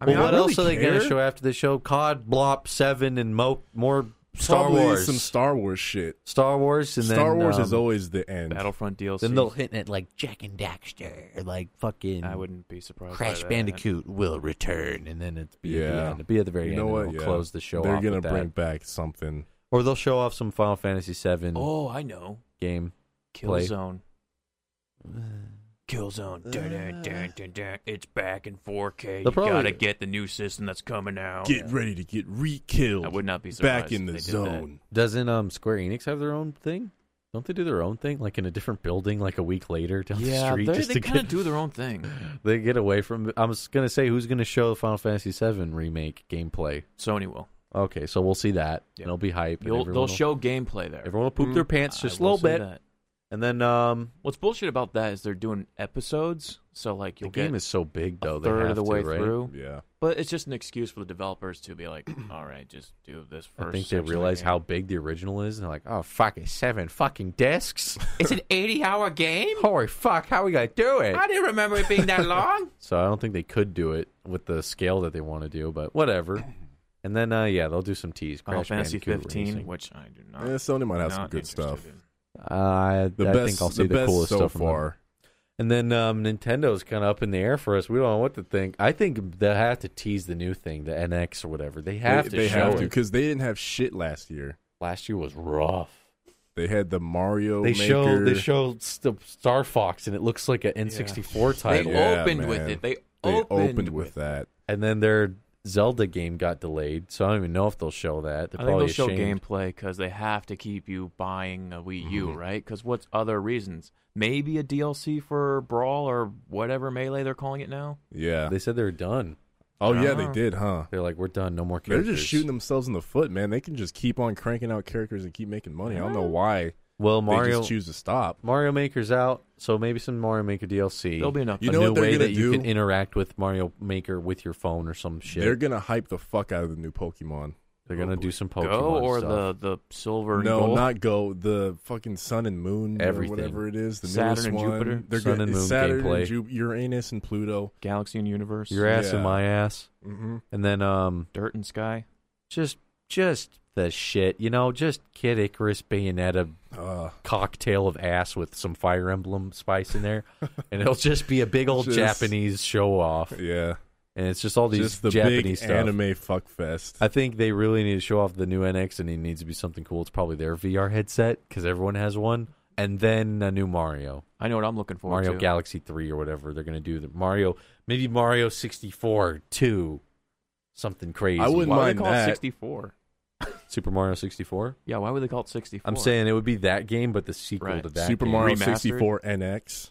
Speaker 3: I
Speaker 2: Well,
Speaker 3: mean, I
Speaker 2: what
Speaker 3: really
Speaker 2: else are they gonna
Speaker 3: care.
Speaker 2: show after the show? COD, Blop Seven, and mo- more Star
Speaker 3: Probably
Speaker 2: Wars.
Speaker 3: some Star Wars shit.
Speaker 2: Star Wars, and
Speaker 3: Star
Speaker 2: then,
Speaker 3: Wars
Speaker 2: um,
Speaker 3: is always the end.
Speaker 4: Battlefront DLC.
Speaker 2: Then they'll hit it like Jack and Daxter, like fucking
Speaker 4: I wouldn't be surprised. by
Speaker 2: Crash
Speaker 4: that.
Speaker 2: Bandicoot will return, and then it's be at the
Speaker 3: Yeah.
Speaker 2: end. It'd be at the very
Speaker 3: you
Speaker 2: end.
Speaker 3: know
Speaker 2: and
Speaker 3: what?
Speaker 2: We'll
Speaker 3: Yeah.
Speaker 2: close the show.
Speaker 3: They're
Speaker 2: off
Speaker 3: gonna
Speaker 2: with that.
Speaker 3: bring back something.
Speaker 2: or they'll show off some Final Fantasy VII
Speaker 4: Oh, I know.
Speaker 2: game. Play.
Speaker 4: Killzone. Killzone. Dun, dun,
Speaker 2: [SIGHS]
Speaker 4: dun, dun, dun. It's back in 4K. You
Speaker 2: They'll probably-
Speaker 4: gotta get the new system that's coming
Speaker 2: Oh,
Speaker 4: out.
Speaker 3: Get ready to get re-killed.
Speaker 4: I would not be surprised
Speaker 3: back in
Speaker 4: if
Speaker 3: the
Speaker 4: they did that.
Speaker 3: zone.
Speaker 2: Doesn't um Square Enix have their own thing? Don't they do their own thing like in a different building, like a week later down the
Speaker 4: Yeah,
Speaker 2: street?
Speaker 4: they,
Speaker 2: just
Speaker 4: they
Speaker 2: to
Speaker 4: kind of
Speaker 2: get,
Speaker 4: do their own thing.
Speaker 2: [LAUGHS] They get away from. I was gonna say who's gonna show Final Fantasy VII remake gameplay.
Speaker 4: Sony will.
Speaker 2: Okay, so we'll see that.
Speaker 4: Yeah.
Speaker 2: And it'll be hype. and
Speaker 4: You'll,
Speaker 2: everyone
Speaker 4: they'll
Speaker 2: will-
Speaker 4: show gameplay there.
Speaker 2: Everyone will poop
Speaker 3: Hmm.
Speaker 2: their pants
Speaker 4: I
Speaker 2: just a
Speaker 4: will
Speaker 2: little
Speaker 4: say
Speaker 2: bit,
Speaker 4: that.
Speaker 2: and then um
Speaker 4: What's bullshit about that is they're doing episodes, so like
Speaker 2: the
Speaker 4: you'll
Speaker 2: game
Speaker 4: get
Speaker 2: is so big though.
Speaker 4: a
Speaker 2: they
Speaker 4: third
Speaker 2: have
Speaker 4: of the
Speaker 2: to,
Speaker 4: way
Speaker 2: right?
Speaker 4: through.
Speaker 3: Yeah.
Speaker 4: But it's just an excuse for the developers to be
Speaker 3: [CLEARS THROAT]
Speaker 4: like, all right, just do this first.
Speaker 2: I think they
Speaker 4: section of the
Speaker 2: realize
Speaker 4: game."
Speaker 2: how big the original is, and they're like, "Oh fuck, it's seven fucking discs.
Speaker 7: [LAUGHS] It's an 80 hour game?
Speaker 2: Holy fuck, how we gonna do it?"
Speaker 7: I didn't remember it being that long.
Speaker 2: [LAUGHS] So I don't think they could do it with the scale that they want to do, but
Speaker 7: [COUGHS]
Speaker 2: whatever. And then uh, yeah, they'll do some teas.
Speaker 7: Oh,
Speaker 4: Final
Speaker 2: Crash
Speaker 4: Fantasy
Speaker 2: Bandicoot
Speaker 4: 15,
Speaker 2: Racing.
Speaker 4: which I do not.
Speaker 3: yeah, Eh, Sony might have some
Speaker 4: not
Speaker 3: good
Speaker 4: interested
Speaker 3: stuff.
Speaker 4: in.
Speaker 2: Uh,
Speaker 3: The
Speaker 2: I
Speaker 3: best,
Speaker 2: think I'll see
Speaker 3: the,
Speaker 2: the,
Speaker 3: best
Speaker 2: coolest
Speaker 3: so
Speaker 2: stuff from them.
Speaker 3: far.
Speaker 2: And then um, Nintendo's kind of up in the air for us. We don't know what to think. I think they have to tease the new thing, the NX or whatever. They have
Speaker 3: they
Speaker 2: to
Speaker 3: they
Speaker 2: show
Speaker 3: have to
Speaker 2: it.
Speaker 3: because they didn't have shit last year.
Speaker 2: Last year was rough.
Speaker 3: They had the Mario.
Speaker 2: They
Speaker 3: Maker.
Speaker 2: show they show st- Star Fox, and it looks like an N64
Speaker 4: They
Speaker 2: title.
Speaker 3: Yeah,
Speaker 4: opened with
Speaker 3: man.
Speaker 4: it. They,
Speaker 3: They
Speaker 4: opened,
Speaker 3: opened
Speaker 4: with
Speaker 3: with that.
Speaker 2: and then their Zelda game got delayed, so I don't even know if they'll show that. They're
Speaker 4: I think
Speaker 2: probably
Speaker 4: they'll show
Speaker 2: ashamed.
Speaker 4: gameplay because they have to keep you buying a Wii U,
Speaker 3: Mm-hmm.
Speaker 4: right? Because what's other reasons? Maybe a DLC for Brawl or whatever melee they're calling it now.
Speaker 3: Yeah.
Speaker 2: They said they were done.
Speaker 3: Oh yeah, they
Speaker 4: Oh.
Speaker 3: did, huh?
Speaker 2: They're like, we're done. No more
Speaker 3: They're
Speaker 2: characters.
Speaker 3: just shooting themselves in the foot, man. They can just keep on cranking out characters and keep making money. I don't know why
Speaker 2: Well,
Speaker 3: they
Speaker 2: Mario
Speaker 3: just choose to stop.
Speaker 2: Mario Maker's out, so maybe some Mario Maker DLC.
Speaker 4: There'll be enough.
Speaker 2: a
Speaker 3: You know
Speaker 2: new
Speaker 3: what they're
Speaker 2: way
Speaker 3: gonna
Speaker 2: that you
Speaker 3: do?
Speaker 2: can interact with Mario Maker with your phone or some shit.
Speaker 3: They're gonna hype the fuck out of the new Pokemon.
Speaker 2: They're gonna do some Pokemon
Speaker 4: go or
Speaker 2: stuff.
Speaker 4: the the silver. and
Speaker 3: No,
Speaker 4: gold?
Speaker 3: not go. The fucking Sun and Moon,
Speaker 2: Everything.
Speaker 3: or whatever it is. The
Speaker 4: Saturn
Speaker 3: newest
Speaker 4: and
Speaker 3: one.
Speaker 4: Jupiter.
Speaker 3: They're
Speaker 2: Sun
Speaker 3: gonna,
Speaker 2: and
Speaker 3: it's
Speaker 2: Moon
Speaker 3: Saturn
Speaker 2: gameplay.
Speaker 3: and Ju- Uranus and Pluto.
Speaker 4: Galaxy and Universe.
Speaker 2: your ass
Speaker 3: Yeah.
Speaker 2: and my ass,
Speaker 3: Mm-hmm.
Speaker 2: and then um,
Speaker 4: Dirt and Sky.
Speaker 2: just just the shit, you know, just Kid Icarus Bayonetta
Speaker 3: Uh,
Speaker 2: cocktail of ass with some Fire Emblem spice in
Speaker 3: [LAUGHS]
Speaker 2: there, and it'll just be a big old
Speaker 3: Just-
Speaker 2: Japanese show off,
Speaker 3: yeah,
Speaker 2: and it's just all these
Speaker 3: just the big
Speaker 2: Japanese stuff.
Speaker 3: anime fuck fest.
Speaker 2: I think they really need to show off the new NX, and it needs to be something cool. It's probably their VR headset because everyone has one, and then a new Mario,
Speaker 4: I know what I'm looking for.
Speaker 2: Mario
Speaker 4: to.
Speaker 2: Galaxy Three or whatever they're gonna do. The Mario, maybe Mario sixty four two, something crazy.
Speaker 3: I wouldn't
Speaker 4: Why would
Speaker 3: mind
Speaker 4: they call it
Speaker 3: that.
Speaker 4: 64?
Speaker 2: Super Mario sixty four.
Speaker 4: Yeah, why would they call it 64?
Speaker 2: I'm saying it would be that game, but the sequel
Speaker 4: Right.
Speaker 2: to that
Speaker 3: Super
Speaker 2: game.
Speaker 3: Mario
Speaker 4: Remastered?
Speaker 3: 64 NX.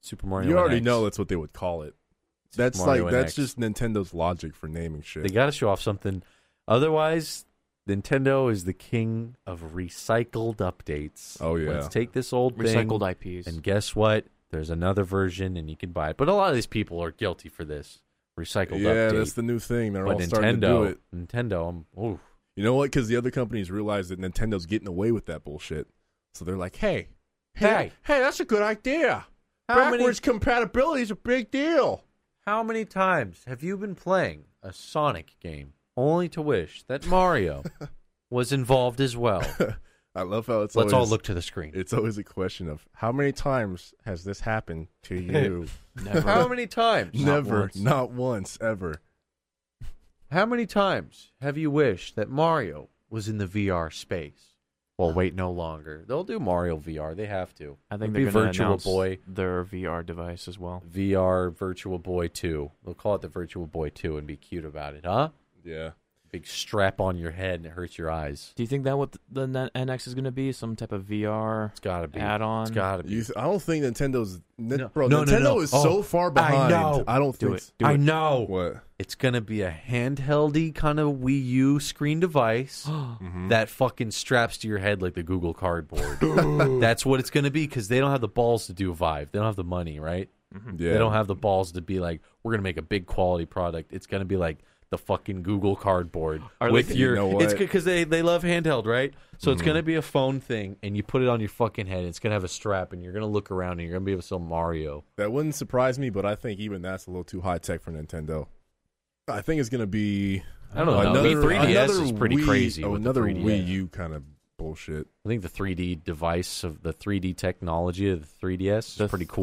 Speaker 2: Super Mario.
Speaker 3: you already
Speaker 2: NX.
Speaker 3: know that's what they would call it. That's
Speaker 2: Mario
Speaker 3: like that's
Speaker 2: NX.
Speaker 3: just Nintendo's logic for naming shit.
Speaker 2: They got to show off something. Otherwise, Nintendo is the king of recycled updates.
Speaker 3: Oh, yeah.
Speaker 2: Let's take this old thing.
Speaker 4: recycled IPs.
Speaker 2: And guess what? There's another version, and you can buy it. But a lot of these people are guilty for this recycled
Speaker 3: yeah,
Speaker 2: update.
Speaker 3: that's the new thing. They're
Speaker 2: but
Speaker 3: all starting to do
Speaker 2: Nintendo,
Speaker 3: it.
Speaker 2: Nintendo, um, I'm, ooh,
Speaker 3: You know what? Because the other companies realize that Nintendo's getting away with that bullshit, so they're like, "Hey,
Speaker 2: Hey.
Speaker 3: hey, that's a good idea.
Speaker 2: How many-
Speaker 3: compatibility is a big deal." [LAUGHS]
Speaker 2: how many times have you been playing a Sonic game only to wish that
Speaker 3: [LAUGHS]
Speaker 2: Mario was involved as well.
Speaker 3: I love how it's
Speaker 2: Let's all
Speaker 3: always,
Speaker 2: look to the screen.
Speaker 3: It's always a question of how many times has this happened
Speaker 2: [LAUGHS]
Speaker 3: to you?
Speaker 2: How
Speaker 3: [LAUGHS]
Speaker 2: many times?
Speaker 3: Never,
Speaker 4: once.
Speaker 3: not once, ever.
Speaker 2: How many times have you wished that Mario was in the VR space? [LAUGHS] Well, wait no longer. They'll do Mario VR. They have to.
Speaker 4: I think they're
Speaker 2: It'll be
Speaker 4: going to
Speaker 2: Virtual
Speaker 4: announce
Speaker 2: Boy
Speaker 4: their VR device as well.
Speaker 2: VR Virtual Boy 2. They'll call it the Virtual Boy 2 and be cute about it, huh?
Speaker 3: Yeah.
Speaker 2: Big strap on your head and it hurts your eyes.
Speaker 4: Do you think that what the N- NX is going to be? Some type of VR
Speaker 2: It's got to be.
Speaker 4: add-on?
Speaker 2: It's got to be.
Speaker 3: You th- I don't think Nintendo's. Nin-
Speaker 2: No.
Speaker 3: Bro,
Speaker 2: No, no,
Speaker 3: Nintendo
Speaker 2: no.
Speaker 3: is
Speaker 2: Oh,
Speaker 3: so far
Speaker 2: I
Speaker 3: behind.
Speaker 2: know.
Speaker 3: don't
Speaker 4: Do
Speaker 3: think.
Speaker 4: it.
Speaker 3: s-
Speaker 4: Do
Speaker 2: I
Speaker 4: it.
Speaker 2: know.
Speaker 3: What?
Speaker 2: It's gonna be a handheldy kind of Wii U screen device [GASPS] that fucking straps to your head like the Google [LAUGHS] Cardboard. That's what it's gonna be because they don't have the balls to do Vive. They don't have the money, right?
Speaker 3: Yeah.
Speaker 2: Hmm. They don't have the balls to be like, we're gonna make a big quality product. It's gonna be like the fucking Google Cardboard
Speaker 4: Are they-
Speaker 2: with your.
Speaker 3: You know
Speaker 2: it's
Speaker 3: what?
Speaker 2: because they they love handheld, right? So
Speaker 4: Mm-hmm.
Speaker 2: it's gonna be a phone thing, and you put it on your fucking head. It's gonna have a strap, and you're gonna look around, and you're gonna be able to sell Mario.
Speaker 3: That wouldn't surprise me, but I think even that's a little too high tech for Nintendo. I think it's gonna be
Speaker 2: I don't know. the
Speaker 3: another,
Speaker 2: 3DS is
Speaker 3: another
Speaker 2: pretty
Speaker 3: Wii-
Speaker 2: crazy.
Speaker 3: Oh,
Speaker 2: with the
Speaker 3: another
Speaker 2: 3DS.
Speaker 3: Wii U kind of bullshit.
Speaker 2: I think the 3D device of the 3D technology of the 3DS is
Speaker 4: the
Speaker 2: pretty cool.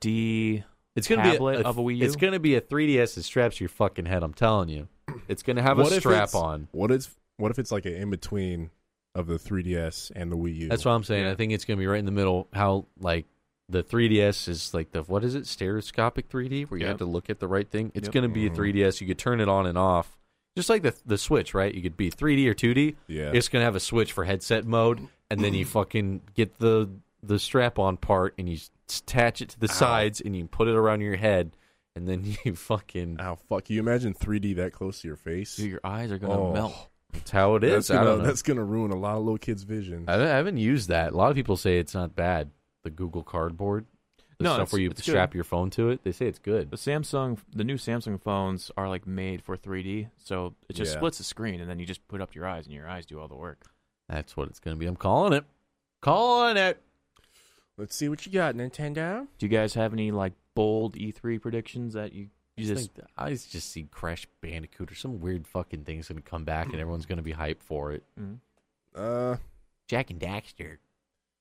Speaker 4: 3D.
Speaker 2: it's gonna
Speaker 4: tablet
Speaker 2: be a,
Speaker 4: of a Wii U?
Speaker 2: It's gonna be a 3DS that straps to your fucking head. I'm telling you, it's gonna have
Speaker 3: What
Speaker 2: a
Speaker 3: if
Speaker 2: strap
Speaker 3: it's-
Speaker 2: on.
Speaker 3: What if what if it's like an in between of the 3DS and the Wii U?
Speaker 2: That's what I'm saying. I think it's gonna be right in the middle. How like the 3DS is like the what is it stereoscopic 3D where you
Speaker 4: Yep.
Speaker 2: have to look at the right thing. It's
Speaker 4: Yep.
Speaker 2: gonna be a 3DS. You could turn it on and off, just like the the Switch, right? You could be 3D or 2D.
Speaker 3: Yeah.
Speaker 2: it's gonna have a switch for headset mode, and then you fucking get the the strap on part and you s- attach it to the sides and you put it around your head, and then [LAUGHS] you fucking
Speaker 3: Ow, fuck! Can you imagine 3D that close to your face?
Speaker 4: Dude, your eyes are going to
Speaker 3: Oh,
Speaker 4: melt.
Speaker 2: that's how it
Speaker 3: That's
Speaker 2: is. I
Speaker 3: gonna,
Speaker 2: don't know.
Speaker 3: that's gonna ruin a lot of little kids' vision.
Speaker 2: I haven't, I haven't used that. A lot of people say it's not bad. The Google Cardboard, the
Speaker 4: No,
Speaker 2: stuff
Speaker 4: it's-
Speaker 2: where you
Speaker 4: it's
Speaker 2: strap
Speaker 4: good.
Speaker 2: your phone to it. They say it's good.
Speaker 4: The Samsung, the new Samsung phones are like made for 3D, so it just
Speaker 3: Yeah.
Speaker 4: splits the screen, and then you just put up your eyes, and your eyes do all the work.
Speaker 2: That's what it's gonna be. I'm calling it. Calling it.
Speaker 3: Let's see what you got, Nintendo.
Speaker 4: Do you guys have any like bold E3 predictions that you you
Speaker 2: I
Speaker 4: just
Speaker 2: think- I just see Crash Bandicoot or some weird fucking thing's gonna come back and everyone's gonna be hyped for it.
Speaker 4: Mm-hmm.
Speaker 3: Uh,
Speaker 2: Jack and Daxter.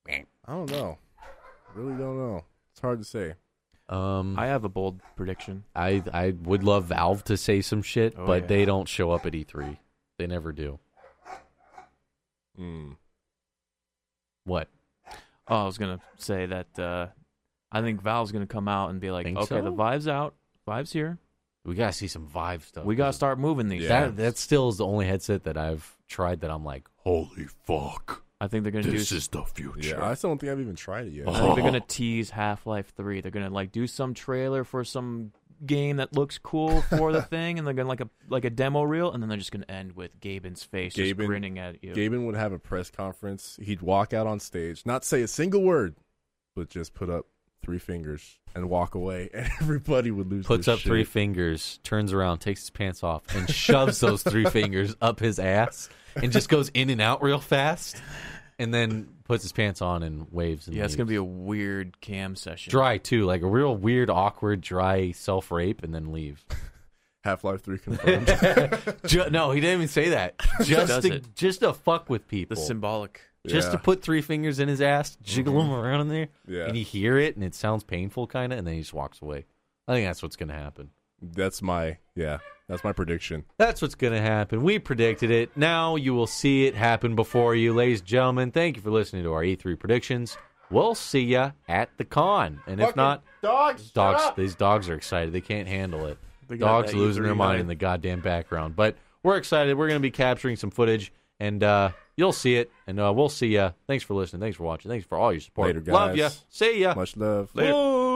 Speaker 3: I don't know. Really don't know. It's hard to say.
Speaker 2: Um,
Speaker 4: I have a bold prediction.
Speaker 2: I I would love Valve to say some shit,
Speaker 4: Oh,
Speaker 2: but
Speaker 4: yeah.
Speaker 2: they don't show up at E3. They never do.
Speaker 4: Hmm.
Speaker 3: Mm.
Speaker 2: What?
Speaker 4: Oh, I was gonna say that uh, I think Valve's gonna come out and be like,
Speaker 2: Think
Speaker 4: okay,
Speaker 2: so?
Speaker 4: the Vive's out, Vive's here.
Speaker 2: We gotta see some Vive stuff.
Speaker 4: We
Speaker 2: [LAUGHS]
Speaker 4: gotta start moving these.
Speaker 3: Yeah.
Speaker 2: That that still is the only headset that I've tried that I'm like, holy fuck,
Speaker 4: I think they're gonna
Speaker 6: This
Speaker 4: do.
Speaker 6: is the future.
Speaker 3: Yeah, I still don't think I've even tried it yet.
Speaker 2: Oh,
Speaker 4: I think they're
Speaker 2: [LAUGHS]
Speaker 4: gonna tease Half Life Three. They're gonna like do some trailer for some game that looks cool for
Speaker 2: [LAUGHS]
Speaker 4: the thing, and they're gonna like a like a demo reel, and then they're just gonna end with Gaben's face
Speaker 3: Gaben-
Speaker 4: just grinning at you.
Speaker 3: Gaben would have a press conference. He'd walk out on stage, not say a single word, but just put up three fingers and walk away, [LAUGHS] and everybody would lose.
Speaker 2: puts
Speaker 3: their
Speaker 2: up three
Speaker 3: shit.
Speaker 2: fingers, turns around, takes his pants off, and shoves those three fingers up his ass, and just goes in and out real fast, and then puts his pants on and waves. And
Speaker 4: yeah, it's gonna be
Speaker 2: leaves.
Speaker 4: a weird cam session.
Speaker 2: dry too, like a real weird, awkward, dry self rape, and then leave.
Speaker 3: Half Life
Speaker 2: [LAUGHS]
Speaker 3: Three confirmed.
Speaker 2: Ju- no, he didn't even say that. Just
Speaker 4: does
Speaker 2: to,
Speaker 4: it.
Speaker 2: just to fuck with people.
Speaker 4: The symbolic.
Speaker 2: just to
Speaker 3: Yeah. Mm-hmm.
Speaker 2: put three fingers in his ass, jiggle him around in there,
Speaker 3: Yeah.
Speaker 2: and you hear it, and it sounds painful, kind of, and then he just walks away. I think that's what's going to happen.
Speaker 3: that's my yeah. That's my prediction.
Speaker 2: That's what's going to happen. We predicted it. Now you will see it happen before you, ladies and gentlemen. Thank you for listening to our E3 predictions. We'll see ya at the con, and if not,
Speaker 3: dogs,
Speaker 2: dogs. These dogs are excited. They can't handle it.
Speaker 4: They got
Speaker 2: dogs
Speaker 4: that
Speaker 2: losing their mind
Speaker 4: E39.
Speaker 2: in the goddamn background. But we're excited. We're going to be capturing some footage, and uh, you'll see it. And uh, we'll see ya. Thanks for listening. Thanks for watching. Thanks for all your support.
Speaker 3: Later,
Speaker 2: Love ya.
Speaker 3: guys.
Speaker 2: See ya.
Speaker 3: Much love.
Speaker 2: Later.